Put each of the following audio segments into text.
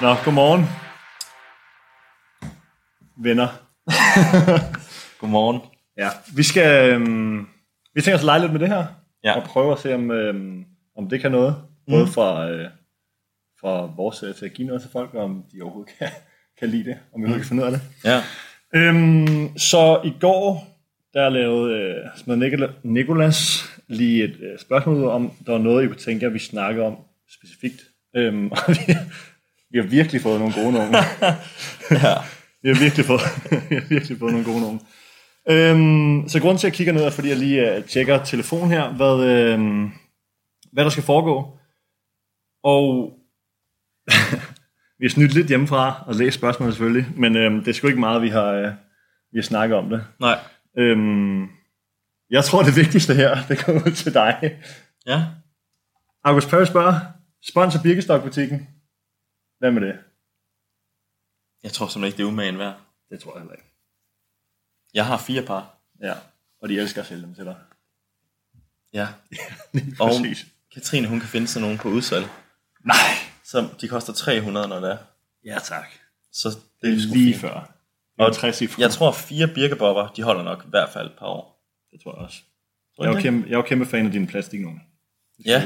Nå, godmorgen. Venner. Godmorgen. Ja, vi skal... Øhm, vi tænker os at lege lidt med det her. Ja. Og prøve at se, om, øhm, om det kan noget. Både fra, øh, fra vores side til at give noget til folk, og om de overhovedet kan, kan lide det. Om vi overhovedet kan finde ud af det. Ja. Øhm, så i går, der lavede øh, smed Nicola- Nicolas lige et øh, spørgsmål ud om, der var noget, I kunne tænke, at vi snakker om specifikt. Øhm, og vi, vi har virkelig fået nogle gode nogen. ja. Vi har virkelig fået, vi har virkelig fået nogle gode nogen. Øhm, så grunden til, at jeg kigger ned, er, fordi jeg lige øh, tjekker telefon her, hvad, øhm, hvad der skal foregå. Og vi har snydt lidt hjemmefra og læst spørgsmålet selvfølgelig, men øhm, det er sgu ikke meget, vi har, øh, vi har snakket om det. Nej. Øhm, jeg tror, det vigtigste her, det kommer ud til dig. Ja. August Perry spørger, sponsor Birkestokbutikken. Hvad med det? Jeg tror simpelthen ikke, det er umagen værd. Det tror jeg heller ikke. Jeg har fire par. Ja, og de elsker at sælge dem til dig. Ja. Lige Og præcis. Katrine, hun kan finde sig nogen på udsalg. Nej. Så de koster 300, når det er. Ja, tak. Så det Det er er sgu lige fint. før. Og 60 i Jeg tror, fire birkebobber, de holder nok i hvert fald et par år. det tror jeg også. Jeg Tror du er jo det? kæmpe, jeg er jo kæmpe fan af dine plastiknogen. Ja,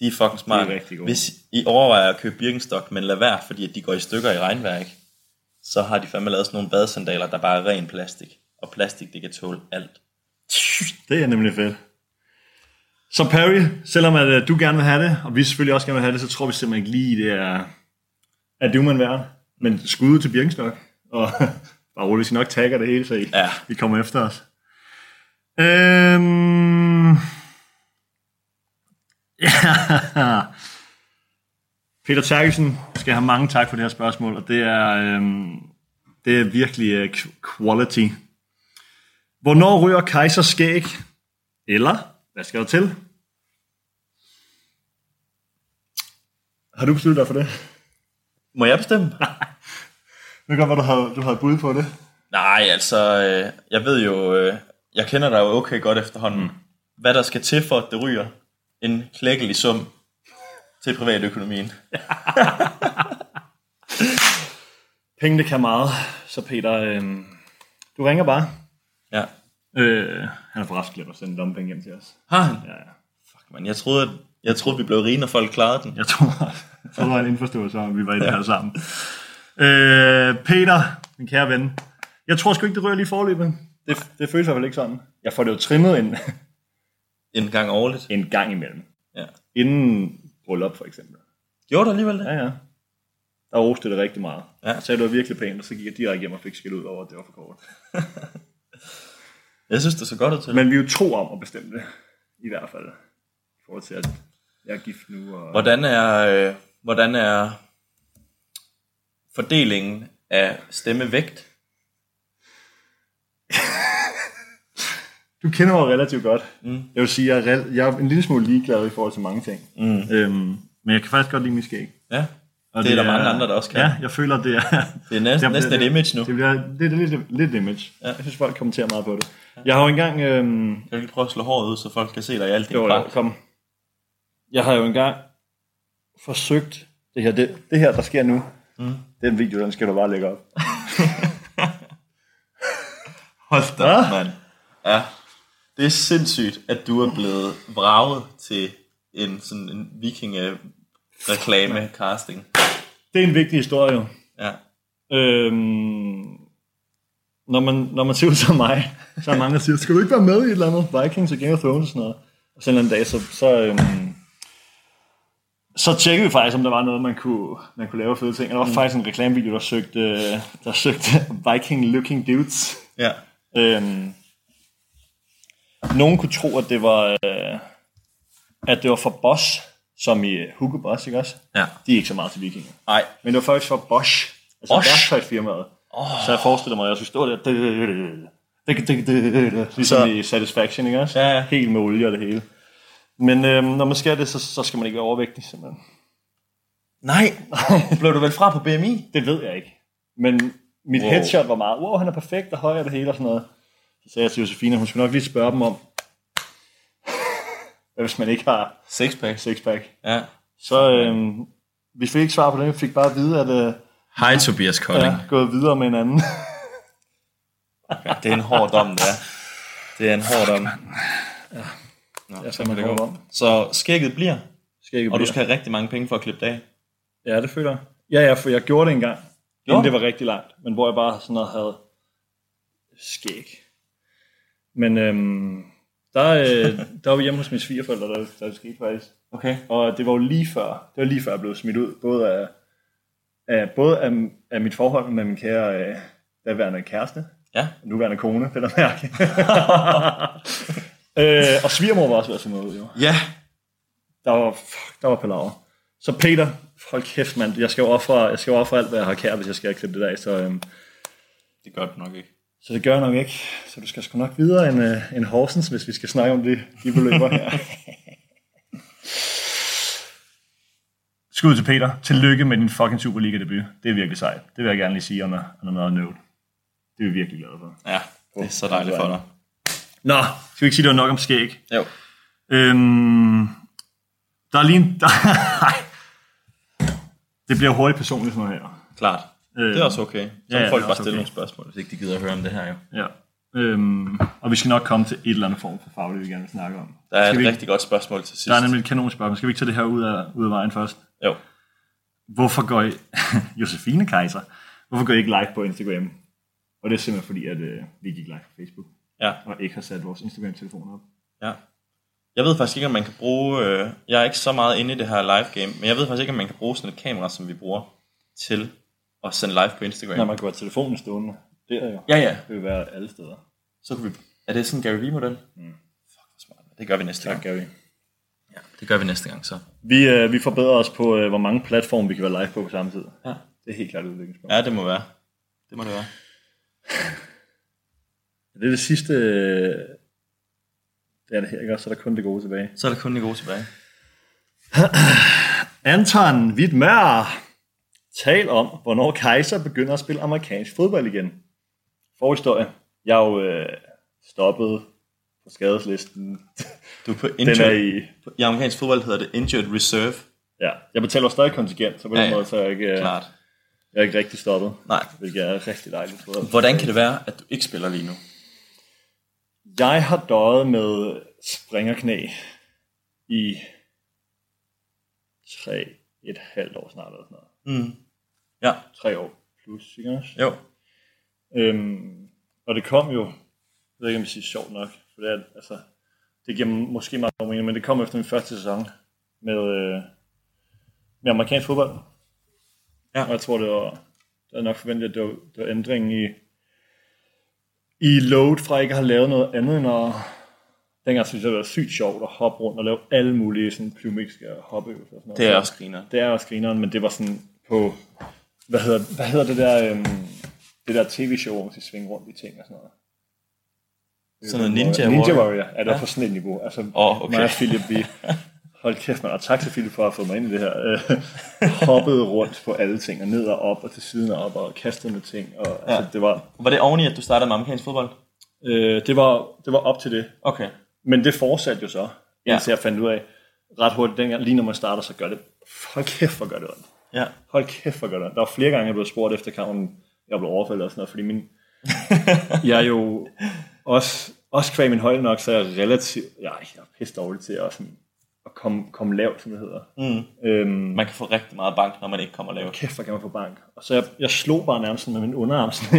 de er fucking smart. rigtig gode. Hvis I overvejer at købe Birkenstock, men lad være, fordi at de går i stykker i regnvejr, ikke? så har de fandme lavet sådan nogle badesandaler, der bare er ren plastik. Og plastik, det kan tåle alt. Det er nemlig fedt. Så Perry, selvom at, øh, du gerne vil have det, og vi selvfølgelig også gerne vil have det, så tror vi simpelthen ikke lige, det er, at du man værd. Men skud til Birkenstock. Og bare roligt, vi skal nok tagger det hele, så I, Ja. I kommer efter os. Øhm... Ja. Peter Terkelsen skal have mange tak for det her spørgsmål, og det er, øhm, det er virkelig øh, quality. Hvornår ryger kejser skæg? Eller, hvad skal der til? Har du besluttet dig for det? Må jeg bestemme? Det kan godt være, du havde, du havde bud på det. Nej, altså, øh, jeg ved jo, øh, jeg kender dig jo okay godt efterhånden. Mm. Hvad der skal til for, at det ryger en klækkelig sum til privatøkonomien. Pengene kan meget, så Peter, øhm, du ringer bare. Ja. Øh, han har forresten glemt at sende lommepenge hjem til os. Har han? Ja, ja. Fuck, man. Jeg troede, at, jeg troede, vi blev rige, når folk klarede den. Jeg tror, jeg tror, der var en indforståelse om, at vi var i det her sammen. Øh, Peter, min kære ven. Jeg tror sgu ikke, det rører lige i forløbet. Det, det føles i hvert fald ikke sådan. Jeg får det jo trimmet en, En gang årligt. en gang imellem. Ja. Inden bryllup, for eksempel. Gjorde du alligevel det? Ja, ja. Der roste det rigtig meget. Ja. Jeg sagde, det var virkelig pænt, og så gik jeg direkte hjem og fik skilt ud over, at det var for kort. Jeg synes, det så godt ud til. Men vi er jo to om at bestemme det, i hvert fald. I forhold til, at jeg er gift nu. Og... Hvordan er, øh, hvordan er fordelingen af stemmevægt? Du kender mig relativt godt. Mm. Jeg vil sige, jeg er, rel- jeg er en lille smule ligeglad i forhold til mange ting. Mm. Øhm, men jeg kan faktisk godt lide min skæg. Ja, det er der mange andre, der også kan. Ja, jeg føler, det er... Det er næsten, Jeg- næsten et image nu. Det bliver lidt, lidt, lidt image. Ja. Jeg synes, folk kommenterer meget på det. Jeg har jo engang... Øhm, Kan du lige prøve at slå håret ud, så folk kan se dig i alt din Jo, jo, pragt? kom. Jeg har jo engang forsøgt det her, det, det her der sker nu. Mm. Den video, den skal du bare lægge op. Hold da, Hva? ja. mand. Ja. Det er sindssygt, at du er blevet vraget til en sådan en viking reklame casting. Det er en vigtig historie jo. Ja. Øhm, når, man, når man ser ud som mig, så er der mange, der siger, skal du ikke være med i et eller andet Vikings og Game of Thrones og sådan noget? Og så en eller anden dag, så, så, øhm, så tjekkede vi faktisk, om der var noget, man kunne, man kunne lave af fede ting. Og der var mm. faktisk en reklamevideo, der søgte, øh, der søgte Viking Looking Dudes. Ja. Øhm, nogen kunne tro, at det var øh, at det var for Bosch, som i øh, Hugo Boss, ikke også? Ja. De er ikke så meget til vikinger. Nej. Men det var faktisk for Bosch, altså Bosch? værktøjsfirmaet. Oh. Så jeg forestiller mig, at jeg skulle stå der. Ligesom Så- i Satisfaction, ikke også? Ja, ja. Helt med olie og det hele. Men øhm, når man skal det, så, så skal man ikke være overvægtig, simpelthen. Nej. Blev du vel fra på BMI? Det ved jeg ikke. Men mit wow. Wow. headshot var meget, wow, han er perfekt og høj og det hele og sådan noget. Så Så sagde jeg til Josefine, at hun skulle nok lige spørge dem om, hvis man ikke har Sixpacks. sixpack. Ja. Så øh, vi fik ikke svar på det, vi fik bare at vide, at øh, Hej Tobias jeg Kolding. er gået videre med en anden. Ja. Det er en hård dom, det er. Det er en hård dom. Nå, Ja, så så, er man det hård gå. om. så skægget bliver, Skal ikke og du blive- skal have rigtig mange penge for at klippe det af. Ja, det føler jeg. Ja, ja, for jeg gjorde det engang, Gjorde inden du? det var rigtig langt, men hvor jeg bare sådan noget havde skæg. Men øhm, der, øh, der var vi hjemme hos mine svigerforældre, der, der skete faktisk. Okay. Og det var jo lige før, det var lige før jeg blev smidt ud, både af, af, både af, af mit forhold med min kære øh, daværende kæreste, Ja. nuværende kone, det der mærke. øh, og svigermor var også ved at se mig ud, jo Ja. der var, fuck, der var palaver. Så Peter, hold kæft mand, jeg skal jo ofre, jeg skal jo ofre alt, hvad jeg har kært, hvis jeg skal klippe det af, så, øhm, Det gør du nok ikke. så det gør jeg nok ikke. Så du skal sgu nok videre end, øh, end Horsens, hvis vi skal snakke om det, de beløber her. Skud til Peter. Tillykke med din fucking Superliga-debut. Det er virkelig sejt. Det vil jeg gerne lige sige under, under noget nøvl. Det er vi virkelig glade for. Ja, det er så dejligt for dig. Nå, skal vi ikke sige, det var nok om skæg? Jo. Øhm, der er lige en... Der, det bliver hurtigt personligt sådan noget her. Klart. Øh, Det er også okay. Så ja, ja, det folk er bare også okay. stille nogle spørgsmål, hvis ikke de gider at høre om det her. Jo. Ja. Øhm, og vi skal nok komme til et eller andet form for faglig, vi gerne vil snakke om. Der er skal vi, et ikke- rigtig godt spørgsmål til sidst. der er nemlig et kanon spørgsmål. Skal vi ikke tage det her ud af, ud af vejen først? Jo. Hvorfor går I... Josefine Kaiser. Hvorfor går I ikke live på Instagram? Og det er simpelthen fordi, at øh, vi gik live på Facebook. Ja. Og ikke har sat vores Instagram-telefon op. ja. Jeg ved faktisk ikke, om man kan bruge... Øh, jeg er ikke så meget inde i det her live game, men jeg ved faktisk ikke, om man kan bruge sådan et kamera, som vi bruger til at sende live på Instagram. man kan godt telefonen stående. Det er jo. ja, ja. Det vil være alle steder. Så kan vi... Er det sådan en Gary Vee-model? Mm. Fuck, hvor smart. Det gør vi næste gang. Gary. Ja, det gør vi næste gang, så. Vi, øh, vi forbedrer os på, øh, hvor mange platforme vi kan være live på på samme tid. Ja. Det er helt klart et udviklingspunkt. Ja, det må være. Det må det være. Det er det sidste... øh, Det er det her, ikke også? Så er der kun det gode tilbage. Så er der kun det gode tilbage. Anton Wittmer. Tal om, hvornår Kaiser begynder at spille amerikansk fodbold igen. Forhistorie. Jeg er jo øh, stoppet på skadeslisten. Du er på Den er injured... i... I amerikansk fodbold hedder det injured reserve. Ja, jeg betaler jo stadig kontingent, så på den Ja, ja. måde så er jeg ikke, øh, Klart. jeg er ikke rigtig stoppet. Nej. Hvilket er rigtig dejligt. tror jeg. Hvordan kan det være, at du ikke spiller lige nu? Jeg har døjet med springerknæ i tre, et halvt år snart, eller sådan noget. Mm. Ja, Tre år plus, ikke også? jo. Øhm, og det kom jo, jeg ved ikke om jeg siger sjovt nok, for det, er, altså, det giver måske meget god mening, men det kom efter min første sæson med, øh, med amerikansk fodbold. Ja. Og jeg tror, det var, det var nok forventet, at det var, det var ændringen i, i load fra ikke at have lavet noget andet end at Dengang synes jeg, det var sygt sjovt at hoppe rundt og lave alle mulige sådan plyometriske hoppeøvelser. og sådan noget. Det er også griner. Det er også grineren, men det var sådan på, hvad hedder, hvad hedder det der, øhm, det der tv-show, hvor man skal svinge rundt i ting og sådan noget. Sådan noget Ninja, Ninja Warrior. Warrior. Ja, det var på sådan et niveau. Altså, Åh, okay. mig og Philip, vi... Hold kæft, man. Og tak til Philip for at have fået mig ind i det her. Øh, hoppede rundt på alle ting, og ned og op, og til siden og op, og kastede med ting. Og, ja. altså, det, var, Var det oveni, at du startede med amerikansk fodbold? øh, det, var, det var op til det. Okay. Men det fortsatte jo så, Ja. indtil jeg fandt ud af, ret hurtigt dengang, lige når man starter, så gør det, hold kæft, hvor gør det ondt. Ja. Hold kæft, hvor gør det ondt. Der var flere gange, jeg blev spurgt efter kampen, jeg blev overfaldet og sådan noget, fordi min, jeg er jo også, også kvæg min højde nok, så er jeg relativt, ja, jeg er pisse dårlig til at, sådan, at komme, komme lavt, som det hedder. Mm. Øhm, Man kan få rigtig meget bank, når man ikke kommer lavt. kæft, hvor kan man få bank. Og så jeg, jeg slog bare nærmest sådan med min underarm sådan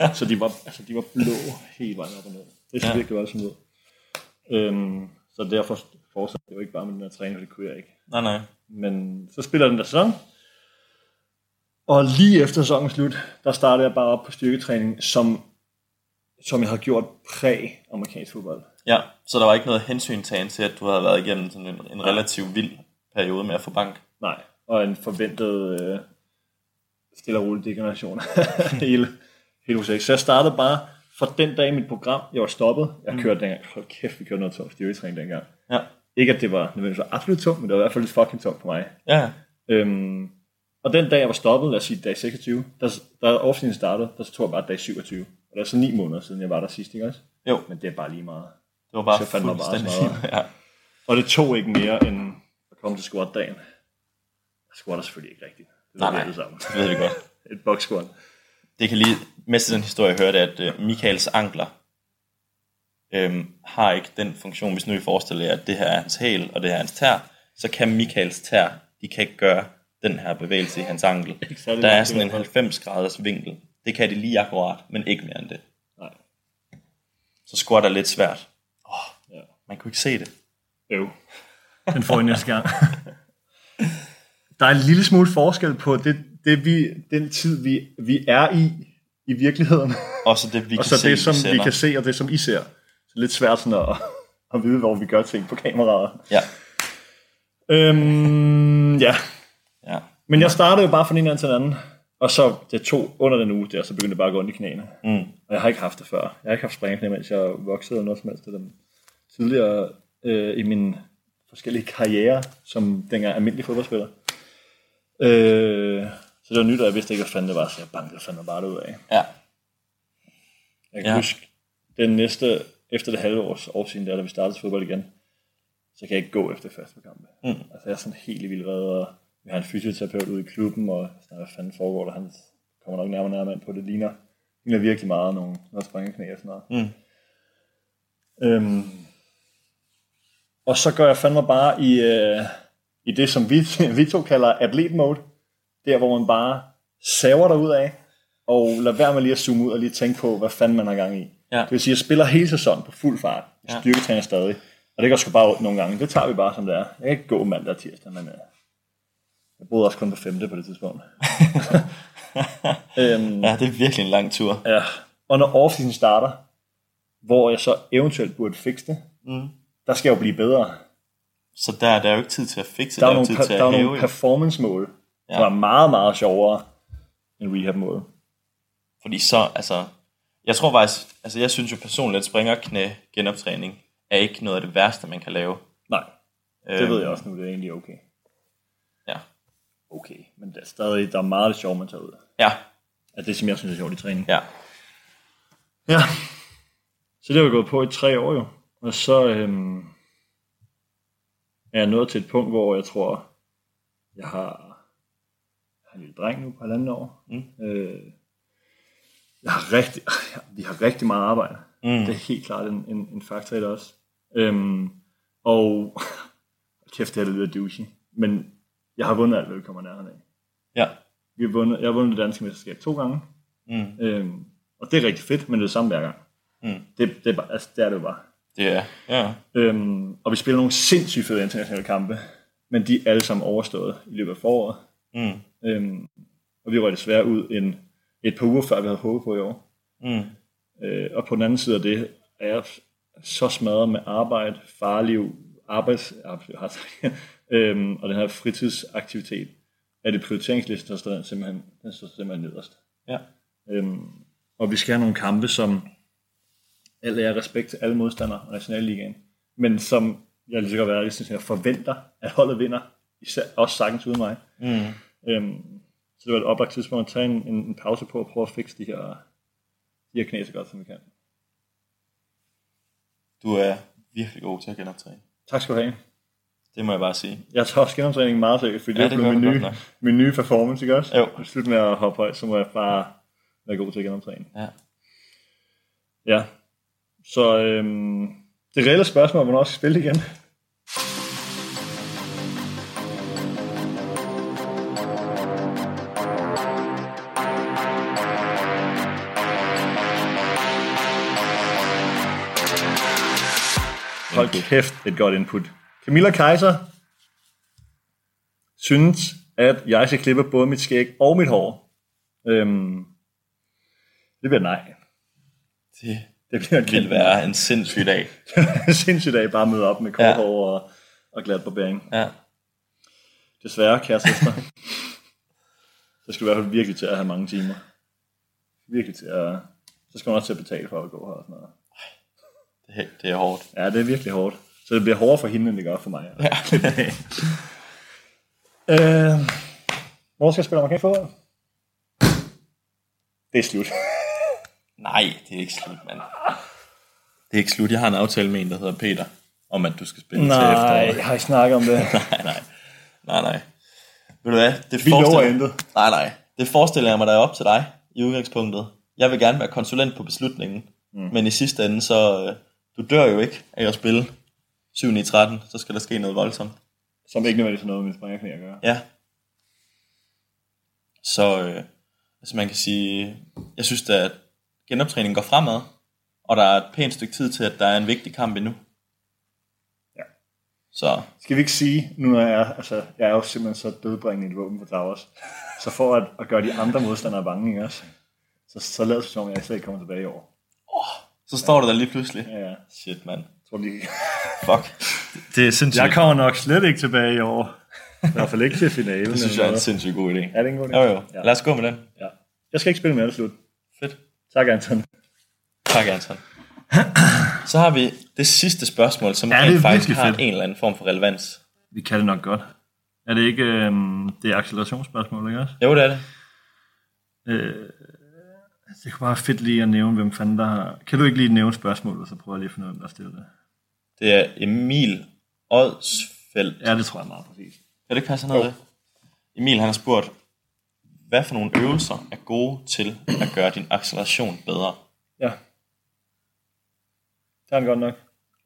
her. så de var, altså, de var blå hele vejen op og ned. Det så Ja. ja. virkelig voldsomt ud. Øhm, så derfor fortsatte jeg jo ikke bare med den her træning, for det kunne jeg ikke. Nej, nej. Men så spiller den der sæson. Og lige efter sæsonens slut, der startede jeg bare op på styrketræning, som, som jeg havde gjort præ-amerikansk fodbold. Ja, så der var ikke noget hensyntagen til, at du havde været igennem sådan en, en relativt vild periode med at få bank. Nej, og en forventet øh, stille og rolig degeneration hele, hele uge Så jeg startede bare fra den dag i mit program, jeg var stoppet. Jeg kørte dengang, hold kæft, vi kørte noget tungt styrketræning dengang. Ja. Ikke at det var nødvendigvis absolut tungt, men det var i hvert fald lidt fucking tungt for mig. Ja. Øhm, og den dag, jeg var stoppet, lad os sige dag 26, der, der overflingen startede, der tog jeg bare dag 27. Det er så ni måneder siden, jeg var der sidst, ikke også? Jo, Men det er bare lige meget. det var bare Så fandt man bare fuldstændig... smadret. ja. Og det tog ikke mere end at komme til squat-dagen. Jeg squatter selvfølgelig ikke rigtigt. Det Nej, ved vi nej. alle sammen. Det ved vi godt. Et box squat. Det kan lige mest den historie, jeg hørte, at øh, Michaels ankler øhm, har ikke den funktion, hvis nu I forestiller jer, at det her er hans hæl, og det her er hans tær, så kan Michaels tær, de kan ikke gøre den her bevægelse i hans ankel. særlig Der er langt i sådan en hvert fald. 90 graders vinkel. Det kan de lige akkurat, men ikke mere end det. Nej. Så squat er lidt svært. Ja. Man kunne ikke se det. Øv. Den får I næste gang. Der er en lille smule forskel på det, det vi, den tid, vi, vi er i, i virkeligheden, Og så det, vi og kan så se, det, som vi sender. kan se, og det, som I ser. Så lidt svært sådan at, at vide, hvor vi gør ting på kameraet. Ja, Øhm, ja. ja. Men jeg startede jo bare fra den ene ende til den anden. Og så det tog under den uge der, så begyndte det bare at gå ondt i knæene. Mm. Og jeg har ikke haft det før. Jeg har ikke haft sprængeknæ, mens jeg voksede eller noget som helst til dem. Tidligere øh, i min forskellige karriere, som dengang almindelig fodboldspiller. Øh, så det var nyt, og jeg vidste ikke, hvad fanden det var, så jeg bankede fandme bare det ud af. ja. Jeg kan ja. Ja. huske, den næste, efter det halve års årsiden, der, da vi startede fodbold igen, så kan jeg ikke gå efter første kampe. Mm. Altså, jeg er sådan helt i vildrede, og vi har en fysioterapeut ude i klubben, og sådan, hvad fanden foregår der? Han kommer nok nærmere og nærmere ind på det. Ligner, ligner virkelig meget nogle, noget springeknæ og sådan noget. Mm. Øhm, og så går jeg fandme bare i, øh, i det, som vi, vi to kalder atlet mode. Der, hvor man bare saver dig ud af, og lad være med lige at zoome ud og lige tænke på, hvad fanden man har gang i. Ja. Det vil sige, at jeg spiller hele sæsonen på fuld fart. Jeg Ja. styrketræner stadig. Og det går sgu bare ondt nogle gange. Det tager vi bare, som det er. Jeg kan ikke gå mandag og tirsdag, men øh, jeg boede også kun på femte på det tidspunkt. øhm, ja, det er virkelig en lang tur. Ja. Og når off starter, hvor jeg så eventuelt burde fikse det, Mm. der skal jeg jo blive bedre. Så der, der er jo ikke tid til at fikse, Der der, er, er jo nogle, tid per, til der er at hæve. nogle jo. performance-mål, ja. Ja. som er meget, meget sjovere end rehab-mål. Fordi så, altså, jeg tror faktisk, altså jeg synes jo personligt, at springerknæ genoptræning er ikke noget af det værste, man kan lave. Nej, det Øhm, ved jeg også nu, det er egentlig okay. Ja. Okay, men der er stadig der er meget af det sjove, man tager ud. Ja, Altså det, som jeg synes er sjovt i træning. ja. Ja. Så det har vi gået på i tre år jo. Og så øhm, er jeg nået til et punkt, hvor jeg tror, jeg har, jeg har en lille dreng nu på halvandet år. Mm. Øh, jeg har rigtig, vi har rigtig meget arbejde. Mm. Det er helt klart en, en, en faktor i det også. Øhm, og kæft, det her det lyder douchey. Men jeg har vundet alt, hvad vi kommer nærheden af. Ja. Vi har vundet, jeg har vundet det danske mesterskab to gange. Mm. Øhm, og det er rigtig fedt, men det er det samme hver gang. Mm. Det, det, er bare, altså, det er det jo bare. Det er, ja. Øhm, og vi spiller nogle sindssygt fede internationale kampe, men de er alle sammen overstået i løbet af foråret. Mm. Øhm, og vi røg desværre ud en, et par uger før, vi havde håbet på i år. Mm. Øh, og på den anden side af det er jeg så smadret med arbejde, farliv, arbejds... arbejds- har sagt, øhm, og den her fritidsaktivitet, at det prioriteringslisten, der står den simpelthen, den står simpelthen nederst. Ja. Øhm, og vi skal have nogle kampe, som alt er respekt til alle modstandere og nationalligaen, men som jeg lige så godt være, ærlig, synes, jeg forventer, at holdet vinder, især, også sagtens uden mig. Mm. Øhm, så det var et oplagt tidspunkt at tage en, en, en pause på og prøve at fikse de her, de her knæ så godt, som vi kan. Du er virkelig god til at genoptræne. Tak skal du have. Det må jeg bare sige. Jeg tager også gennemtræningen meget seriøst, fordi Ja, ja, det det er blevet gør min, nye, du godt nok. min nye performance, ikke også? Jo. Slut med at hoppe højt, så må jeg bare være god til at genoptræne. Ja. Ja. Så øhm, det reelle spørgsmål er, hvornår jeg skal spille igen. Hold kæft, et godt input. Camilla Kaiser synes, at jeg skal klippe både mit skæg og mit hår. Øhm, det bliver nej. Det Det bliver en vil kæmpe være en sindssyg dag. sindssygt dag bare møde op med kort Ja. hår og, og glat barbering. Ja. Desværre, kære søster. så skal du i hvert fald virkelig til at have mange timer. Virkelig til at... Så skal man også til at betale for at gå her og sådan noget. Det, det er hårdt. Ja, det er virkelig hårdt. Så det bliver hårdere for hende, end det gør for mig. Ja. Øh, hvor skal jeg spille amerikansk fodbold? Det er slut. Nej, det er ikke slut, mand. Det er ikke slut. Jeg har en aftale med en, der hedder Peter, om at du skal spille til Nej, efteråret. jeg har ikke snakket om det. Nej, nej. Nej, nej. Ved du hvad? Det Vi lover forestiller- intet. Nej, nej. Det forestiller jeg mig, der er op til dig i udgangspunktet. Jeg vil gerne være konsulent på beslutningen. Mm. Men i sidste ende, så øh, du dør jo ikke af at spille 7 i 13. Så skal der ske noget voldsomt. Som ikke nødvendigvis har noget med min springerknæ at gøre. Ja. Så øh, altså man kan sige, jeg synes da, at genoptræningen går fremad, og der er et pænt stykke tid til, at der er en vigtig kamp endnu. Ja. Så Skal vi ikke sige, nu når jeg er, altså, jeg er jo simpelthen så dødbringende i et våben på Towers, så for at, at gøre de andre modstandere bange, ikke også? Så, så lad os som om, jeg slet ikke kommer tilbage i år. så står du der lige pludselig. Ja, ja. Shit, mand. Jeg Tror lige. Fuck. Det er sindssygt. Jeg kommer nok slet ikke tilbage i år. I hvert fald ikke til finalen. Det synes jeg er en sindssygt god idé. Er det en god idé? Jo, jo. Ja. Lad os gå med den. Ja. Jeg skal ikke spille mere til slut. Fedt. Tak, Anton. Tak, Anton. Så har vi det sidste spørgsmål, som Ja, det er rent faktisk virkelig har fedt. en eller anden form for relevans. Vi kan det nok godt. Er det ikke øhm, det er accelerationsspørgsmål, ikke også? Jo, det er det. Øh, det kunne bare fedt lige at nævne, hvem fanden der har... Kan du ikke lige nævne spørgsmålet, så prøver jeg lige at finde ud af, hvem der stiller det. Det er Emil Odsfeldt. Ja, det tror jeg meget præcis. Kan det ikke passe noget? Emil han har spurgt, hvad for nogle øvelser er gode til at gøre din acceleration bedre? Ja. Det er han godt nok.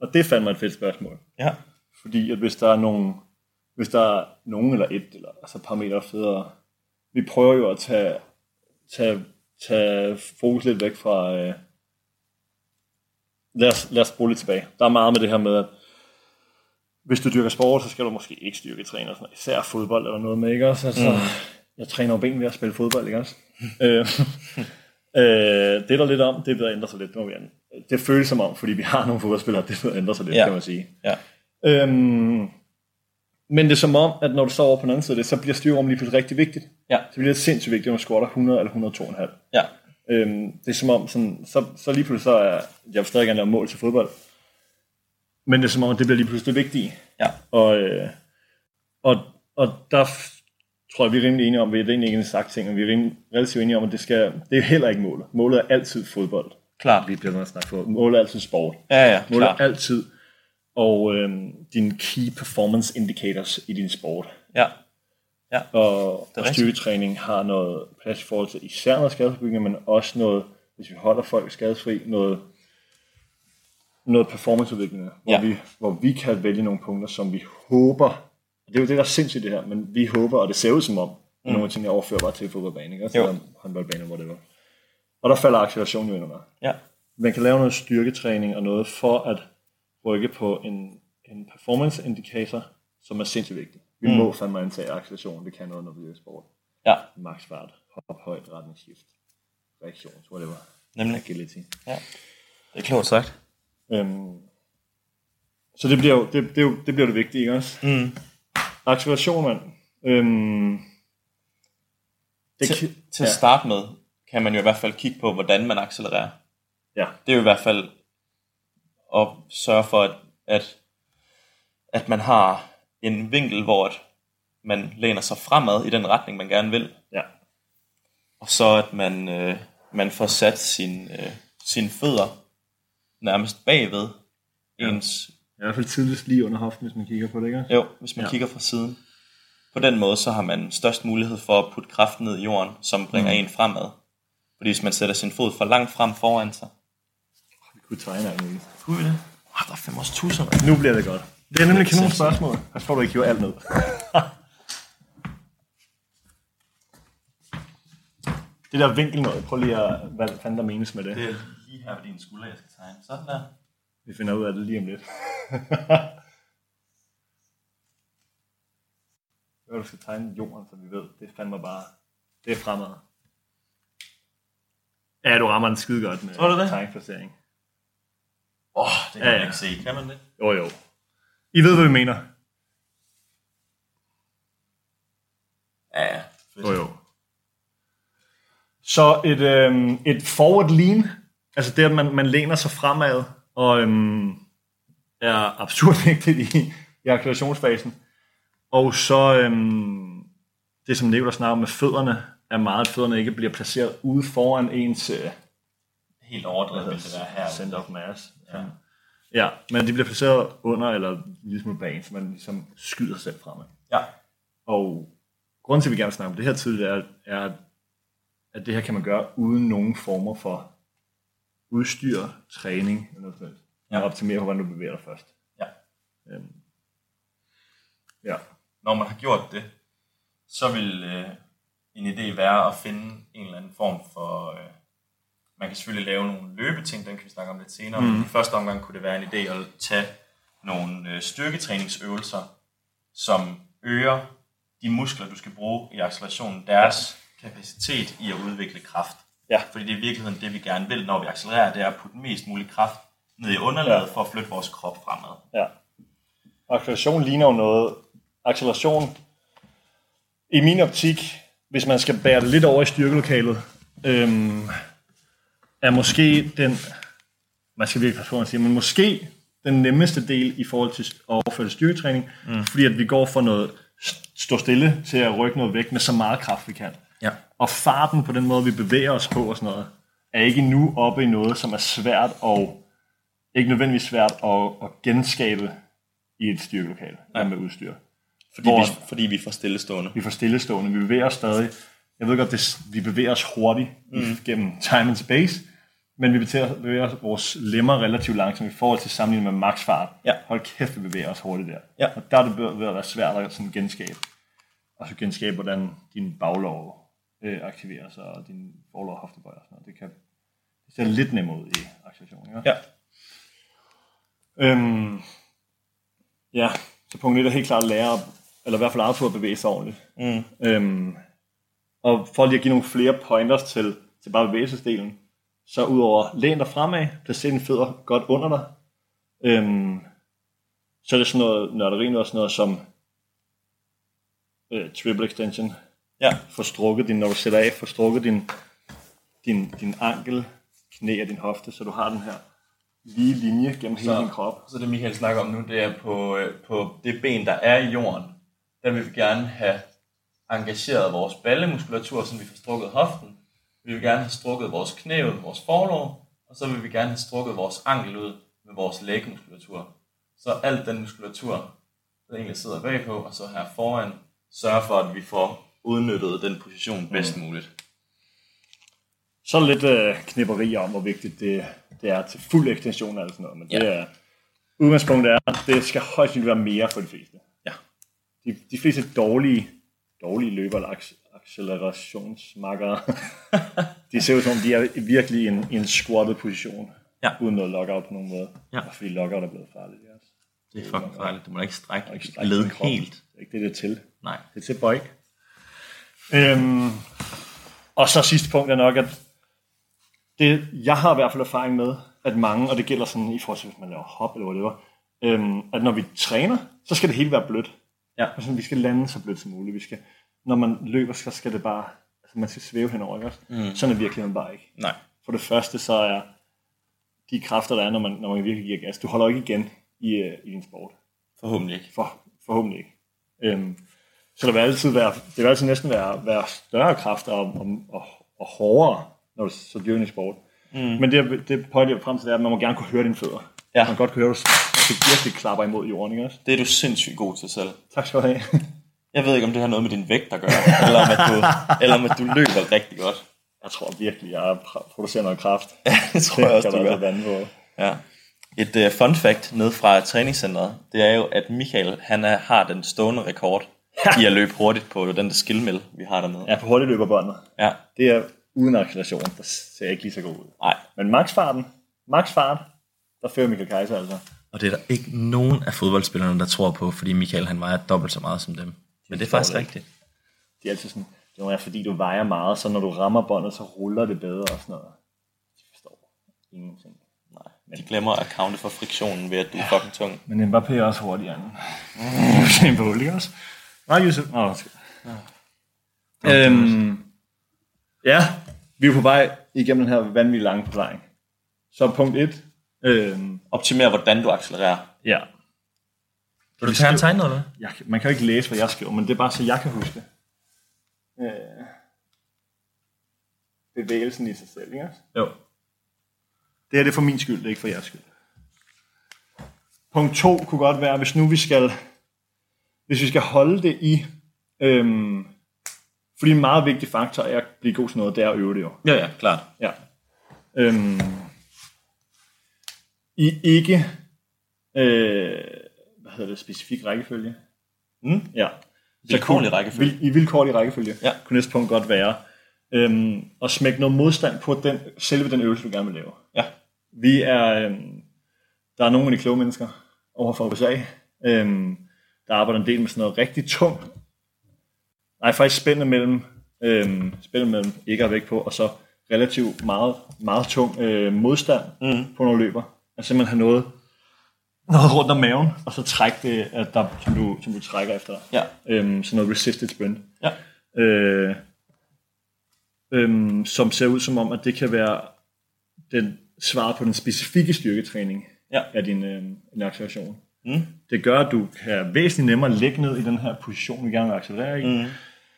Og det fandt mig et fedt spørgsmål. Ja, Fordi at hvis der er nogen, hvis der er nogen eller et, eller altså et par meter federe, vi prøver jo at tage, tage, tage fokus lidt væk fra, øh, lad, os, lad os spole lidt tilbage. Der er meget med det her med, at hvis du dyrker sport, så skal du måske ikke styrketræne, og sådan noget. især fodbold eller noget med, ikke også? Altså, mm. Jeg træner jo ben ved at spille fodbold, ikke også? øh, øh, det er der lidt om, det er ved at ændre sig lidt, det, må vi, an- det føles som om, fordi vi har nogle fodboldspillere, det er ved at ændre sig lidt, Ja. ja. kan man sige. ja. Øhm, men det er som om, at når du står over på den anden side af det, så bliver styrrum lige pludselig rigtig vigtigt. Ja. Så bliver det sindssygt vigtigt, når du squatter 100 eller 102,5. ja. Øhm, det er som om, sådan, så, så lige pludselig så er, jeg vil stadig gerne lave mål til fodbold. Men det er som om, at det bliver lige pludselig det vigtige. ja. Og, øh, og, og der f- tror jeg, vi er rimelig enige om, vi er egentlig ikke en sagt ting, men vi er rimelig, relativt enige om, at det, skal, det er heller ikke målet. Målet er altid fodbold. Klart. Vi bliver nødt til at snakke fodbold. Målet er altid sport. Ja, ja, Måler klart. altid. Og øhm, dine key performance indicators i din sport. Ja, Og, og rigtigt. styrketræning har noget plads i forhold til især noget skadesbygning, men også noget, hvis vi holder folk skadesfri, noget, noget performanceudvikling, hvor, Ja. vi, hvor vi kan vælge nogle punkter, som vi håber, det er jo det, der er sindssygt i det her, men vi håber, og det ser ud som om, mm. nogle ting, jeg overfører bare til fodboldbanen, ikke? Jo. Også håndboldbanen, hvor det var. Og der falder acceleration jo ind under ja, man kan lave noget styrketræning og noget for at rykke på en, en performance indicator, som er sindssygt vigtig. Vi mm. må fandme antage acceleration, det kan noget, når vi er i sport. ja, Max fart, hop, højt, retning, skift, reaktion, whatever. nemlig. Agility. Ja. Det er klogt sagt. Øhm, så det bliver jo det, det, er jo- det, bliver det vigtige, ikke også? Mm. Acceleration, mand. Øhm, det, Til, ki- til at starte med, kan man jo i hvert fald kigge på, hvordan man accelererer. ja, det er jo i hvert fald at sørge for, at, at, at man har en vinkel, hvor at man læner sig fremad i den retning, man gerne vil. ja, Og så at man, øh, man får sat sin, øh, sine fødder nærmest bagved ja. ens, I hvert fald tidligst lige under hoften, hvis man kigger på det, ikke også? jo, hvis man ja. Ja. kigger fra siden. På den måde, så har man størst mulighed for at putte kraften ned i jorden, som bringer mm. en fremad. Fordi hvis man sætter sin fod for langt frem foran sig, Vi kunne tegne alt muligt. kunne vi det? Oh, der er fem års tusser, mand. Nu bliver det godt. Det er nemlig kanon kanon spørgsmål. Jeg tror, du ikke hiver alt ned. det der vinkel noget, prøv lige at, hvad fanden der menes med det. Det er lige her ved din skulder, jeg skal tegne. Sådan der. Vi finder ud af det lige om lidt. Hvad du skal tegne jorden, så vi ved, det er fandme bare, det er fremad. Ja, du rammer den skide godt med Tror du det? tegnplacering. Åh, oh, det kan Ja, man ja. ikke se. Kan man det? Jo, jo. I ved, hvad vi mener. Ja, ja. Fedt. Jo, jo. Så et, øhm, et forward lean, altså det, at man, man læner sig fremad, og øhm, er absurd vigtigt i, i aktivationsfasen. Og så øhm, det, som Nicolás snakker om med fødderne, er meget, at fødderne ikke bliver placeret ude foran ens øh, helt overdrevet, vil det være her. Center of mass. Ja. ja, men de bliver placeret under eller ligesom bag, så man ligesom skyder sig selv fremad. Ja, Og grunden til, at vi gerne vil snakke om det her tidligt, er, er, at- at det her kan man gøre uden nogen former for udstyr, træning eller noget sådan Ja. ja. Og optimere på, hvordan du bevæger dig først. ja. Øhm. Ja, Når man har gjort det, så vil øh, en idé være at finde en eller anden form for... Øh, man kan selvfølgelig lave nogle løbeting, den kan vi snakke om lidt senere. Mm. Men i første omgang kunne det være en idé at tage nogle øh, styrketræningsøvelser, som øger de muskler, du skal bruge i accelerationen, deres kapacitet i at udvikle kraft. Ja. Fordi det er i virkeligheden det, vi gerne vil, når vi accelererer, det er at putte mest mulig kraft ned i underlaget ja. for at flytte vores krop fremad. ja. Acceleration ligner jo noget. Acceleration, i min optik, hvis man skal bære det lidt over i styrkelokalet, øhm, er måske den, man skal virkelig passe på, hvad man siger, men måske den nemmeste del i forhold til at overføre til styrketræning, mm. fordi at vi går fra noget st- stå stille til at rykke noget væk med så meget kraft, vi kan. Ja. Og farten på den måde, vi bevæger os på og sådan noget, er ikke nu oppe i noget, som er svært og ikke nødvendigvis svært at, at genskabe i et styrkelokale ja. med udstyr. Fordi, Hvor- vi, fordi vi er for stillestående. Vi får stillestående, vi bevæger os stadig. Jeg ved godt, det, vi bevæger os hurtigt mm. gennem time and space, men vi bevæger, bevæger os- vores lemmer relativt langsomt i forhold til sammenlignet med maksfart. Ja. Hold kæft, vi bevæger os hurtigt der. Ja. Og der er det ved- ved at være svært at sådan genskabe. Og så genskabe, hvordan din baglov øh, aktiverer sig, og din forlov og hoftebøj og sådan noget. Det, kan, det ser lidt nemmere ud i acceleration. Ikke? Ja. Øhm, ja, så punkt 1 er helt klart at lære, at- eller i hvert fald arbejde på at bevæge sig ordentligt. Mm. Øhm, og for lige at give nogle flere pointers til, til bare bevægelsesdelen, så udover læn dig fremad, placer dine fødder godt under dig, øhm, så er det sådan noget nørderi, noget sådan noget som øh, triple extension, Ja. få strukket din, når du sætter af, få strukket din, din, din ankel, knæ og din hofte, så du har den her lige linje gennem hele Så- din krop. Så det Michael snakker om nu, det er på, øh, på det ben, der er i jorden. Der vil vi gerne have engageret vores ballemuskulatur, så vi får strukket hoften. Vi vil gerne have strukket vores knæ ud, vores forlov, og så vil vi gerne have strukket vores ankel ud med vores lægmuskulatur. Så alt den muskulatur, der egentlig sidder bagpå, og så her foran, sørger for, at vi får udnyttet den position bedst muligt. Så er der lidt øh, knipperier om, hvor vigtigt det, det er til fuld ekstension og alt sådan noget. Men det Ja. er, udgangspunktet er, at det skal højst sandsynligt være mere for de fleste. Ja. De, de fleste dårlige, dårlige løber eller ac- accelerationsmarkere, de ser ud som om, de er virkelig i en, i en squatted position. Ja. Uden noget lockout på nogen måde. Ja. Fordi lockout er blevet farligt. Ja. Det Det er fucking farligt. Du må da ikke strække, ikke ikke strække strække led sin krop. helt. er ikke det, det er til. Nej. Det er til bøjk. Øhm, og så sidste punkt er nok, at det, jeg har i hvert fald erfaring med, at mange, og det gælder sådan i forhold til, hvis man laver hop eller whatever, øhm, at når vi træner, så skal det hele være blødt. Ja. Altså, vi skal lande så blødt som muligt. Vi skal, når man løber, så skal det bare, altså, man skal svæve henover, ikke også? Mm. Sådan er virkeligheden bare ikke. Nej. For det første, så er de kræfter, der er, når man, når man virkelig giver gas, du holder jo ikke igen i, øh, i din sport. Forhåbentlig ikke. For, forhåbentlig ikke. Øhm, så der vil altid, være, det vil altid næsten være, være større kræfter og, og, og, og hårdere, når du så dyrker i sport. Mm. Men det, det point, jeg vil frem til, det er, at man må gerne kunne høre dine fødder. Ja. Man kan godt kunne høre, at du at du virkelig klapper imod jorden, ikke også? Det er du sindssygt god til selv. Tak skal du have. Jeg ved ikke, om det har noget med din vægt at gøre, eller om at du, eller om at du løber rigtig godt. Jeg tror virkelig, jeg pr- producerer noget kraft. Ja, det tror jeg også, kan du der altså gør. vande på. Ja. Et uh, fun fact ned fra træningscenteret, det er jo, at Michael han er, har den stående rekord i at løbe hurtigt på den der skillmill, vi har dernede. Ja, på hurtigløberbåndet. ja. Det er uden acceleration, der ser jeg ikke lige så god ud. Nej. Men maxfarten, maxfart, der fører Michael Kaiser altså. Og det er der ikke nogen af fodboldspillerne, der tror på, fordi Michael han vejer dobbelt så meget som dem. Men det er faktisk forstår det rigtigt. de er altid sådan, det er fordi du vejer meget, så når du rammer båndet, så ruller det bedre og sådan noget. De forstår ingenting. Nej. De glemmer at counte for friktionen ved, at du er fucking tung. Men Mbappé er også hurtigere end mm. Mbappé, ikke også? Nej, Josef. Nå, undskyld. Øhm, ja, vi er på vej igennem den her vanvittige lange forklaring. Så punkt 1. Øhm, Optimer, hvordan du accelererer. ja, Vil du tage en tegner, eller hvad? jeg, kan- man kan jo ikke læse, hvad jeg skriver, men det er bare så, jeg kan huske det. Øh, bevægelsen i sig selv, ikke også? Jo. Det her det er for min skyld, det er ikke for jeres skyld. Punkt 2 kunne godt være, hvis nu vi skal, hvis vi skal holde det i, øhm, fordi en meget vigtig faktor er at blive god til noget, det er at øve det jo. Ja, ja, klart. Ja. Øhm, I ikke, øh, hvad hedder det, specifik rækkefølge. Mm. Ja. Vilkårlig kunne- rækkefølge. Vil, I vilkårlig rækkefølge. Ja. Kunne næste punkt godt være, øhm, at smække noget modstand på den, selve den øvelse, du gerne vil lave. Ja. Vi er, øhm, der er nogle af de kloge mennesker over for USA, øhm, der arbejder en del med sådan noget rigtig tung, nej faktisk spændet mellem, øhm, spændet mellem ikke at væk på, og så relativt meget, meget tung øh, modstand mm. på nogle løber. Altså simpelthen have noget, noget rundt om maven, og så trække det, at der, som, du, som du trækker efter dig. Ja. Øhm, sådan noget resisted sprint Ja. øh, øhm, som ser ud som om, at det kan være den svar på den specifikke styrketræning Ja. af din, øh, din acceleration. Mm. Det gør, at du kan væsentligt nemmere ligge ned i den her position, du gerne vil accelerere i. Mm.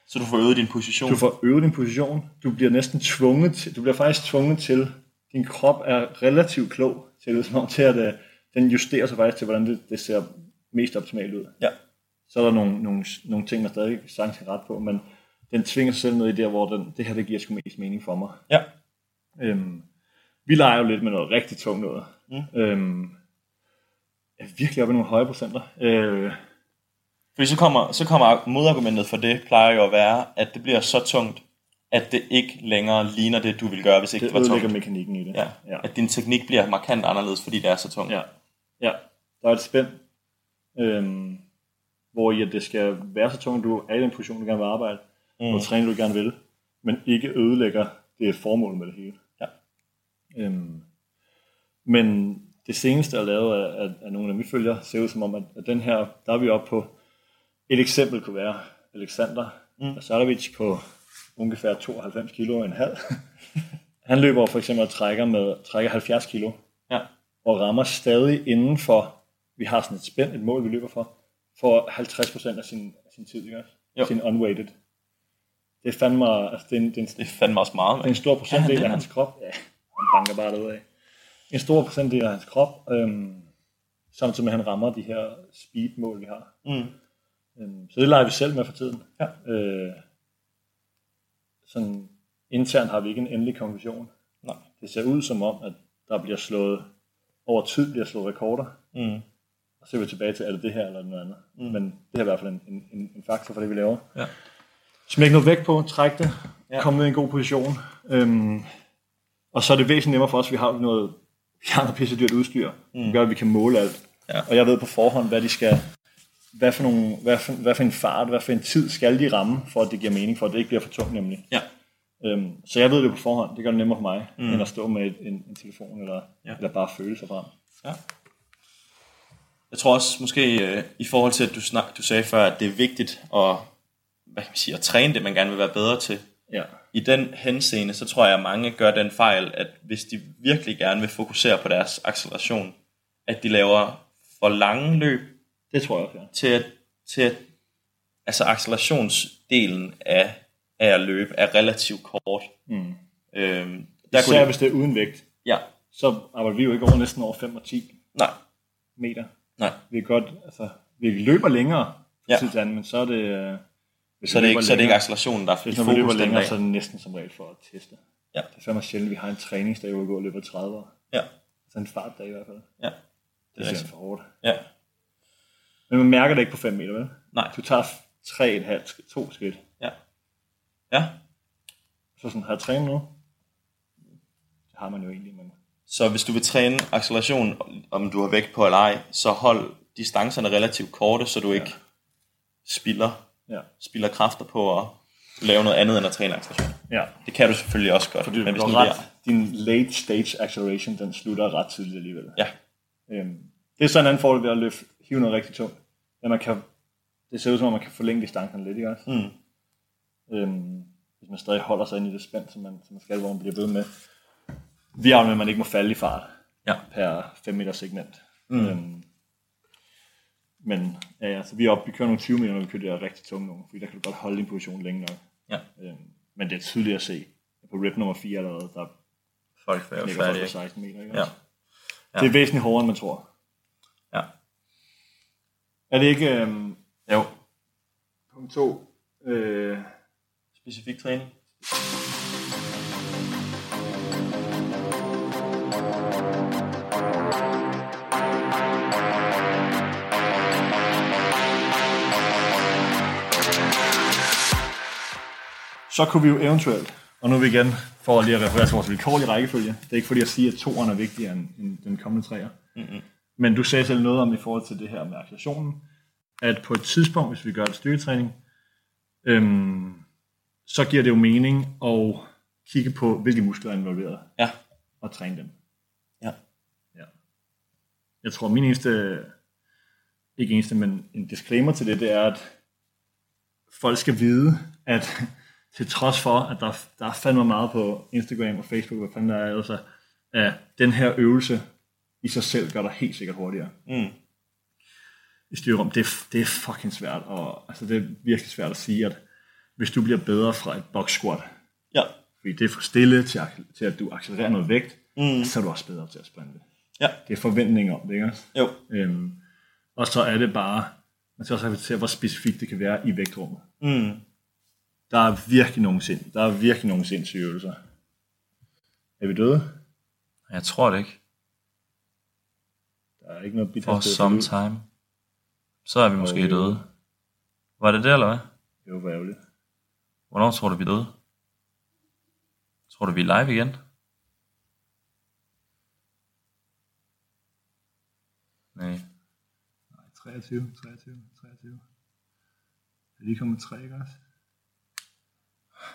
Så du får øget din position. Du får øvet din position. Du bliver næsten tvunget til, du bliver faktisk tvunget til, din krop er relativt klog, ser det ud som om, til at øh, den justerer sig faktisk til, hvordan det, det ser mest optimalt ud Ja. så er der nogle, nogle, nogle ting, der stadig sagtens kan ret på, men den tvinger sig selv ned i der, hvor den, det her, det giver sgu mest mening for mig. Ja. Øhm, vi leger jo lidt med noget rigtig tungt noget. Mm. Øhm, jeg er virkelig oppe i nogle høje procenter. Øh, Fordi så kommer, så kommer modargumentet for det, plejer jo at være, at det bliver så tungt, at det ikke længere ligner det, du ville gøre, hvis ikke det det, det var ødelægger tungt. mekanikken i det. Ja. Ja. ja. At din teknik bliver markant anderledes, fordi det er så tungt. ja. ja. Der er et spænd, øhm, hvor i at det skal være så tungt, du er i den position, du gerne vil arbejde, mm. og træne, du gerne vil, men ikke ødelægger det formål med det hele. Ja. Øhm, men det seneste, jeg lavede af, af, af nogle af mine følgere, ser ud som om, at, at den her, der er vi oppe på, et eksempel kunne være Alexander mm. Asarovic på ungefær 92 kilo og en halv. Han løber for eksempel og trækker, med, trækker 70 kilo Ja. og rammer stadig inden for, vi har sådan et spænd, et mål, vi løber for, for 50% af sin, sin tid, ikke? også? Jo. Sin unweighted. Det er fandme, altså det er en, det er en, Det er fandme også meget. det er en mand. stor Kan han procentdel det, af hans krop. Ja, han banker bare derudad. En stor procentdel af hans krop, øhm, samtidig med at han rammer de her speedmål, vi har. Mm. Øhm, så det leger vi selv med for tiden. Ja. Øh, sådan internt har vi ikke en endelig konklusion. Nej. Det ser ud som om, at der bliver slået, over tid bliver slået rekorder. Mm. Og så er vi tilbage til, er det det her eller noget andet. Mm. Men det her er i hvert fald en, en, en, en faktor for det, vi laver. Ja. Smæk noget vægt på, træk det, Ja. ja. kom ned i en god position. Øhm, og så er det væsentligt nemmere for os, at vi har noget, vi har noget pisse dyrt udstyr, mm. det gør, at vi kan måle alt. Ja. Og jeg ved på forhånd, hvad de skal, hvad for, nogle, hvad, for, hvad for en fart, hvad for en tid skal de ramme, for at det giver mening, for at det ikke bliver for tungt nemlig. Ja. Øhm, så jeg ved det på forhånd, det gør det nemmere for mig, mm. end at stå med et, en, en telefon, eller, Ja. ja. eller bare føle sig frem. Ja. Jeg tror også måske øh, i forhold til, at du, snak, du sagde før, at det er vigtigt at, hvad kan man sige, at træne det, man gerne vil være bedre til. Ja. I den henseende, så tror jeg, at mange gør den fejl, at hvis de virkelig gerne vil fokusere på deres acceleration, at de laver for lange løb, Det tror jeg også, ja. til at, til at altså accelerationsdelen af, af at løbe er relativt kort. Mm. Øhm, der kunne Især det, hvis det er uden vægt, ja, så arbejder vi jo ikke over næsten over 5 og 10 nej, meter. nej. Vi, er godt, altså, vi løber længere Ja. ja. til anden, men så er det... øh, Hvis Så er, vi løber det ikke, så er det ikke længere- accelerationen, der er i Hvis man løber fokus den længere, dag. så er det næsten som regel for at teste. Ja. Det er fandme sjældent, vi har en træningsdag, hvor vi går og løber 30 år. Ja, Så en fartdag i hvert fald. ja, Det er er rigtigt. for hårdt. ja, Men man mærker det ikke på 5 meter, vel? Nej. Du tager 3,5, sk- to skridt. ja. ja. Så sådan, har jeg trænet nu? Det har man jo egentlig, men... Så hvis du vil træne acceleration, om du har vægt på eller ej, så hold distancerne relativt korte, så du ikke ja. spilder, Ja. spilder kræfter på at lave noget andet end at træne acceleration. ja. Det kan du selvfølgelig også godt. Fordi du men hvis går nu det ret, er- din late stage acceleration, den slutter ret tidligt alligevel. Ja, Øhm, det er sådan en anden fordel ved at løfte, hive noget rigtig tungt. At man kan, det ser ud som om, man kan forlænge distancen lidt, ikke også? Mm. Øhm, hvis man stadig holder sig inde i det spænd, som man, som man skal, hvor man bliver ved med. Vi er jo med, at man ikke må falde i fart Ja. per 5 meter segment. Mm. Øhm, men ja, ja, så vi er oppe, vi kører nogle 20 meter, når vi kører det der rigtig tunge nogle, fordi der kan du godt holde din position længe nok. Ja. Øhm, men det er tydeligt at se. På rip nummer 4 allerede, der folk være ligger folk på færdige. 16 meter. Ikke? Ja. også? Det er væsentligt hårdere, end man tror. ja. Er det ikke... Øhm, Jo. punkt 2. Øh, Specifik træning. så kunne vi jo eventuelt, og nu er vi igen for lige at referere til vores vilkårlige rækkefølge, det er ikke fordi jeg siger, at toeren er vigtigere end, end den kommende træer, mm-hmm. men du sagde selv noget om i forhold til det her med accelerationen, at på et tidspunkt, hvis vi gør et styrketræning, øhm, så giver det jo mening at kigge på, hvilke muskler er involveret, Ja. og træne dem. Ja. Ja. Jeg tror, min eneste, ikke eneste, men en disclaimer til det, det er, at folk skal vide, at til trods for, at der, der er fandme meget på Instagram og Facebook, hvad fanden der er altså, at den her øvelse i sig selv gør dig helt sikkert hurtigere. Mm. I styrrum, det, er- det er fucking svært, og altså, det er virkelig svært at sige, at hvis du bliver bedre fra et box squat, Ja. fordi det er for stille til, at- til at du accelererer noget vægt, mm. så er du også bedre til at sprinte. Ja. Det er forventninger om det, ikke også? Jo. Øhm, og så er det bare, man skal også reflektere, hvor specifikt det kan være i vægtrummet. Mm. Der er virkelig nogle sind, der er virkelig nogle sindssyge øvelser. Er vi døde? Jeg tror det ikke. Der er ikke noget bidt For some time. Så er vi måske døde. Var det det, eller hvad? Det var for ærgerligt. Hvornår tror du, vi er døde? Tror du, vi er live igen? Nej. Nej, 23, 23, 23. Er lige kommet 3, ikke også?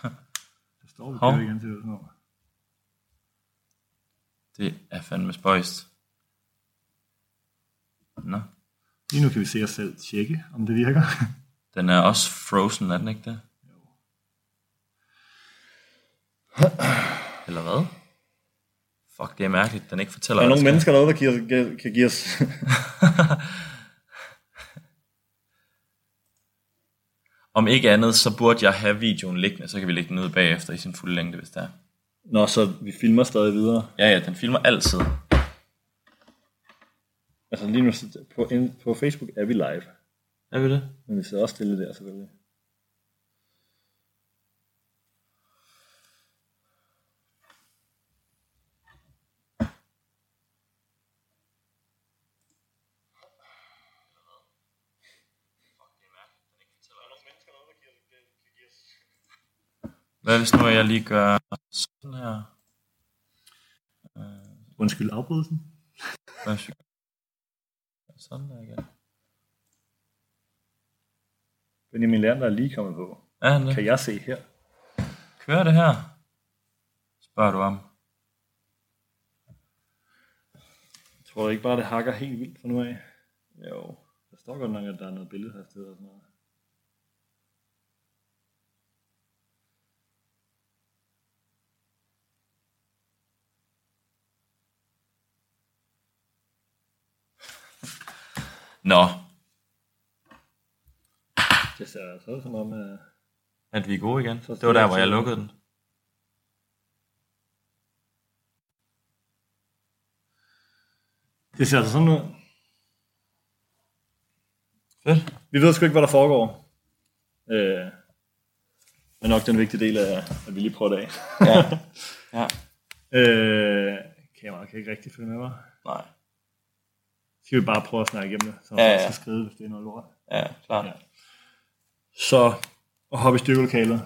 Der står vi Hov. kører igen til øvelsen over. Det er fandme spøjst. Nå. Lige nu kan vi se os selv tjekke, om det virker. Den er også frozen, er den ikke det? Eller hvad? Fuck, det er mærkeligt. Den ikke fortæller Der er nogle hvad der mennesker derude, der kan, kan, kan give os... sker. Om ikke andet, så burde jeg have videoen liggende, så kan vi lægge den ud bagefter i sin fulde længde, hvis det er. Nå, så vi filmer stadig videre. Ja, ja, den filmer altid. Altså lige nu så- på, in- på Facebook er vi live, Er vi det? men vi sidder også stille der selvfølgelig. Hvad hvis nu jeg lige gør sådan her? Undskyld afbrydelsen. Hvad hvis vi gør sådan der igen? Benjamin Lerner er lige kommet på. Er han det? Kan jeg se her? Kører det her? Spørger du om. Jeg tror du ikke bare, det hakker helt vildt fra nu af. Jo. Der står godt nok, at der er noget billede her sted og sådan noget. Nå, Det ser altså ud som om, at at vi er gode igen. Det siger var der, jeg hvor til jeg dig. lukkede den. det ser altså sådan ud. Fedt. Vi ved sgu ikke, hvad der foregår. Øh, men nok den vigtige del af, at vi lige prøver det af. Ja. ja. Øh, kameraet kan ikke rigtig følge med mig. Nej. Skal vi bare prøve at snakke igennem det, så Ja, ja, ja. ja. skal skride, hvis det er noget lort. Ja, klart. Ja. Så at hoppe i styrkelokalet,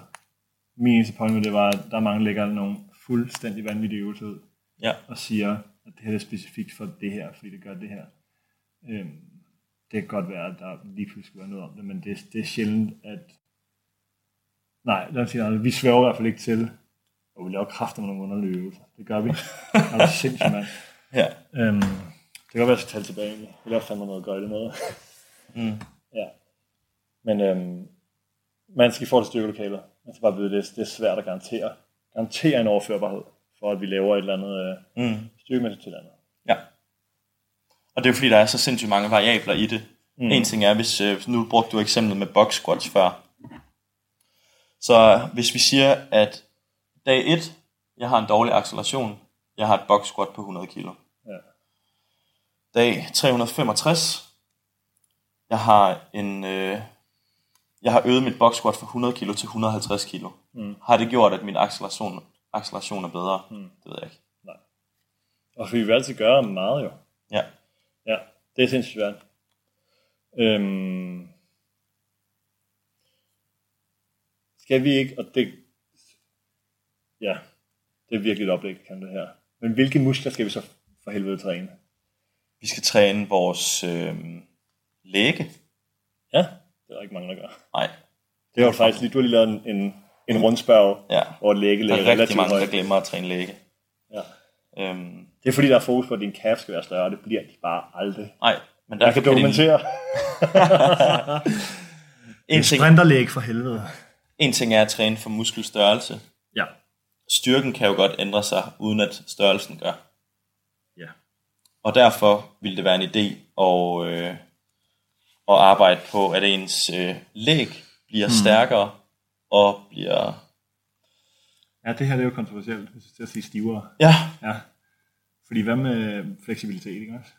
min eneste point med det var, at der mange lægger nogle fuldstændig vanvittige øvelser ud, Ja. og siger, at det her er specifikt for det her, fordi det gør det her. Øhm, det kan godt være, at der lige pludselig skulle være noget om det, men det, det er sjældent, at... Nej, lad os sige, at vi sværger i hvert fald ikke til, og vi laver kræfter med nogle underlige øvelser. Det gør vi. Det er sindssygt, mand. ja. Øhm, det kan godt være, at jeg skal tale tilbage egentlig. Vi laver fandme noget gøjle noget. Mm. Ja. Men øhm, man skal i forhold til styrkelokaler. Man skal bare vide, det, er- det er svært at garantere. Garantere en overførbarhed, for at vi laver et eller andet øh, Mm. styrkemæssigt til et andet. Ja. Og det er jo fordi, der er så sindssygt mange variabler i det. Mm. En ting er, hvis øh, nu brugte du eksemplet med box squats før. Så hvis vi siger, at dag 1, jeg har en dårlig acceleration, Jeg har et box squat på 100 kilo. Ja. Dag 365. Jeg har en... Øh, jeg har øget mit box squat fra 100 kilo til 150 kilo. Mm. Har det gjort, at min acceleration, acceleration er bedre? Mm. Det ved jeg ikke. Og vi vil altid gøre meget jo. Ja. Ja, det er sindssygt svært. Øhm, skal vi ikke, og det, ja, det er virkelig et oplæg, kan det her. Men hvilke muskler skal vi så for helvede træne? Vi skal træne vores øh, læge. Ja, det er der ikke mange, der gør. Nej, Det har du faktisk lige, du har lige lavet en, en, en rundspørg Ja. over læge der er rigtig relativt mange, højt. der glemmer at træne læge. Ja. Øhm, Det er fordi, der er fokus på, at din calf skal være større, og det bliver de bare aldrig. nej, men der Jeg kan dokumentere. en, ting, Sprinterlæg for helvede. en ting er at træne for muskelstørrelse. Ja. Styrken kan jo godt ændre sig, uden at størrelsen gør. Ja. Og derfor ville det være en idé at, øh, at arbejde på, at ens øh, læg bliver Hmm. mm. stærkere og bliver... Ja, det her det er jo kontroversielt, hvis jeg skal sige stivere. Ja, Ja. Fordi hvad med fleksibilitet, ikke også?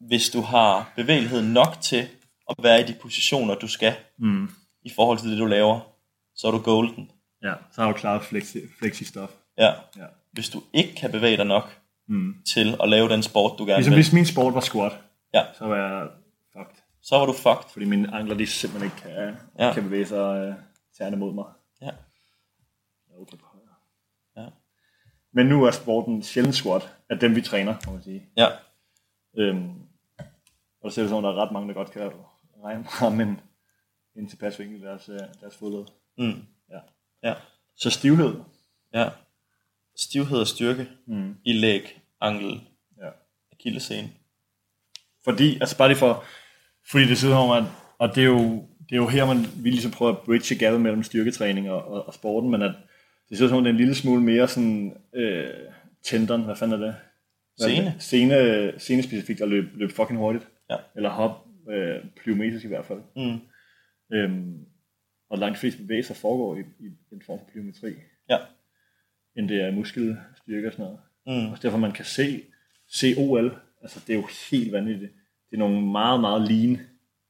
hvis du har bevægelighed nok til at være i de positioner, du skal, Mm. i forhold til det, du laver, så er du golden. Ja, så har du klaret flexi, flexi stuff. Ja. Ja. Hvis du ikke kan bevæge dig nok Mm. til at lave den sport, du gerne Ligesom vil, hvis min sport var squat, ja, så var jeg fucked. så var du fucked. Fordi mine ankler, de simpelthen ikke kan, Ja. ja. kan bevæge sig øh, tæerne mod mig. Ja. Jeg er okay på højre. Ja. Men nu er sporten sjældent squat, af dem vi træner, kan man sige. ja. Øhm, og det ser det sådan, der er ret mange, der godt kan regne fra, men ind til pasvinkel i deres, øh, deres fodled. Mm. Ja. Ja. Så stivhed. ja. Stivhed og styrke mm. i læg, ankel, Ja. akillescene. Fordi, altså bare lige for, fordi det sidder om, at, og det er jo, det er jo her, man vil ligesom prøve at bridge gappet mellem styrketræning og, og, og sporten, men at det ser ud som om, det er en lille smule mere sådan, øh, tenderen, hvad fanden er det? Hvad er det? Scene, scene specifikt, og løbe løb fucking hurtigt. Ja. Eller hop, øh, plyometrisk i hvert fald. Mm. Øhm, og langt flest bevægelser foregår i, i en form for plyometri, Ja. end det er muskelstyrke og sådan noget. Mm. Og derfor man kan se COL, altså det er jo helt vanvittigt. Det er nogle meget, meget lean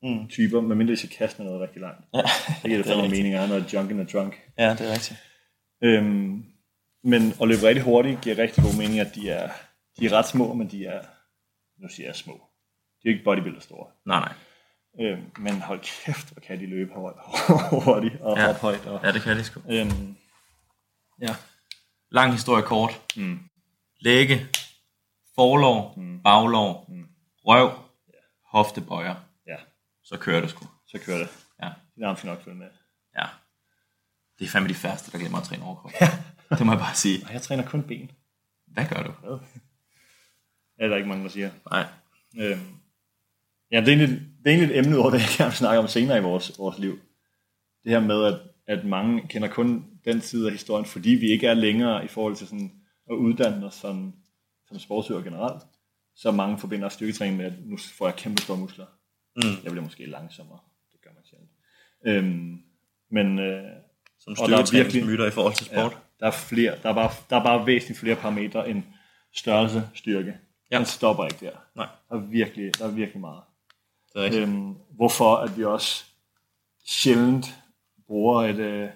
Mm. mm. typer, medmindre de skal kaste med noget rigtig langt. Ja. Det giver det det er fandme rigtigt. mening at have noget junk in the trunk. Ja, det er rigtigt. Øhm, men at løbe rigtig hurtigt giver rigtig god mening, at de er, de er ret små, men de er, nu siger jeg små. De er ikke bodybuilder store. Nej, nej. Øhm, men hold kæft, hvor kan de løbe hurtigt og Ja. ja. hoppe højt. Og, Ja, det kan det sgu. øhm, ja. Lang historie kort. Mm. Lægge, forlov, mm. baglov, mm. røv, hoftebøjer. ja, Så kører du sgu. så kører det. Ja. Din arm skal nok følge med. ja. Det er fandme de færreste, der glemmer at træne overkrop. det må jeg bare sige. Og jeg træner kun ben. Hvad gør du? Ja, der er ikke mange, der siger. Nej. Øhm, ja, det er, egentlig, det er egentlig et emne, hvor det jeg gerne vil snakke om senere i vores, vores liv. Det her med, at, at mange kender kun den side af historien, fordi vi ikke er længere i forhold til sådan at uddanne os som, som sportsøger generelt. Så mange forbinder også styrketræning med, at nu får jeg kæmpe store muskler. Mm. Jeg bliver måske langsommere. Det gør man sjældent. Øhm, men øh, Som Og der er virkelig- styrketræningsmyter i forhold til sport. Ja, der er, flere, der, er bare, der er bare væsentligt flere parametre end størrelse, styrke. Ja. Ja. Den stopper ikke der. Nej. Der er virkelig, der er virkelig meget. Det er rigtigt. Øhm, hvorfor at vi også sjældent bruger et øh,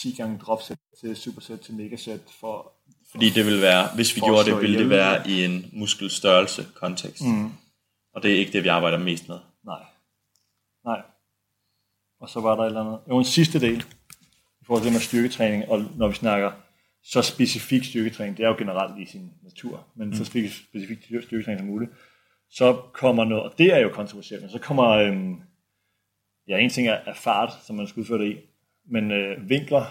10 gange dropset til superset til megasæt for Fordi det vil være, hvis vi For at gjorde slå det, ville det ihjel. være i en muskelstørrelse kontekst. Mm. Og det er ikke det, vi arbejder mest med. nej. Nej. Og så var der et eller andet. Jo, en sidste del i forhold til det med styrketræning, og når vi snakker så specifik styrketræning, det er jo generelt i sin natur, men mm. så specifik, specifik styrketræning som muligt, så kommer noget, og det er jo kontroversielt, men så kommer, øhm, ja, en ting er, er fart, som man skal udføre det i, men øh, vinkler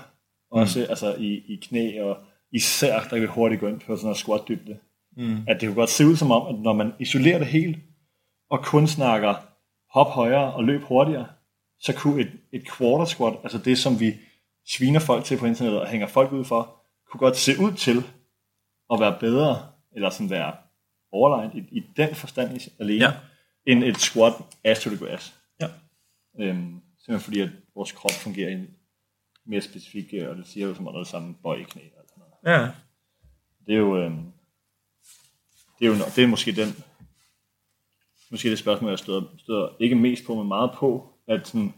også, altså i, i knæ, og især, der kan vi hurtigt gå ind på sådan noget squat-dybde, mm. at det kan godt se ud som om, at når man isolerer det helt, og kun snakker hop højere og løb hurtigere, så kunne et, et quarter squat, altså det som vi sviner folk til på internettet og hænger folk ud for, kunne godt se ud til at være bedre, eller sådan være overlegnet i, i den forstand is- alene, Ja. ja. end et squat as to the grass. Ja. Øhm, simpelthen fordi, at vores krop fungerer i en mere specifik, øh, og det siger jo som om noget samme bøj i knæ. Og sådan noget. Ja. Det er jo, øh, det er jo nok- det er måske den, måske det spørgsmål, jeg støder, støder ikke mest på, men meget på, at sådan,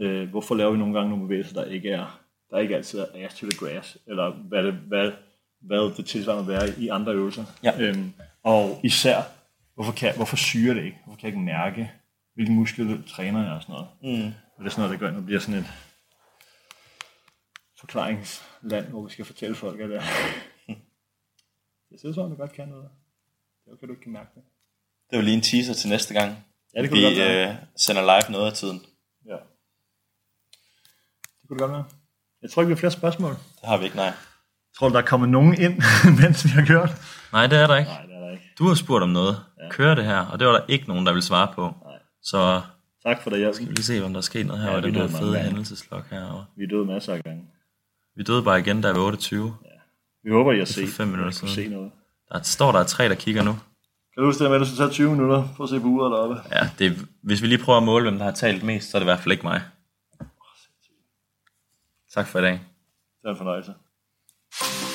øh, hvorfor laver vi nogle gange nogle bevægelser, der ikke er, der ikke altid er ass to the grass, eller hvad det, hvad, hvad det tilsvarende vil være i andre øvelser. Ja. Øhm, og især, hvorfor, kan, hvorfor syrer det ikke? Hvorfor kan jeg ikke mærke, hvilke muskler træner jeg og sådan noget? Mm. Og det er sådan noget, der gør, at det bliver sådan et forklaringsland, hvor vi skal fortælle folk, at jeg, jeg ser sådan, at godt kan noget. Det kan du ikke mærke det. Det er jo lige en teaser til næste gang. Ja, det kunne vi det godt være. øh, sender live noget af tiden. Ja. Det kunne det godt være. Jeg tror ikke, vi har flere spørgsmål. Det har vi ikke, nej. Tror du, der er kommet nogen ind, mens vi har kørt? Nej, det er der ikke. Nej, det er der ikke. Du har spurgt om noget. Kører det her? Og det var der ikke nogen, der ville svare på. Nej. Så Tak for det, vi Jørgen. vil se, om der er sket noget her, Ja, ja, og vi den her døde mange fede gange. hændelseslok her. Og Vi er døde masser af gange. vi døde bare igen, der er ved 28. Vi håber, I har set. fem minutter I kunne siden. se noget. Der står der er tre, der kigger nu. Kan du huske det med, at du skulle tage 20 minutter for at se på uret deroppe? Ja, det, er- hvis vi lige prøver at måle, hvem der har talt mest, så er det i hvert fald ikke mig. Tak for i dag. Det er en fornøjelse.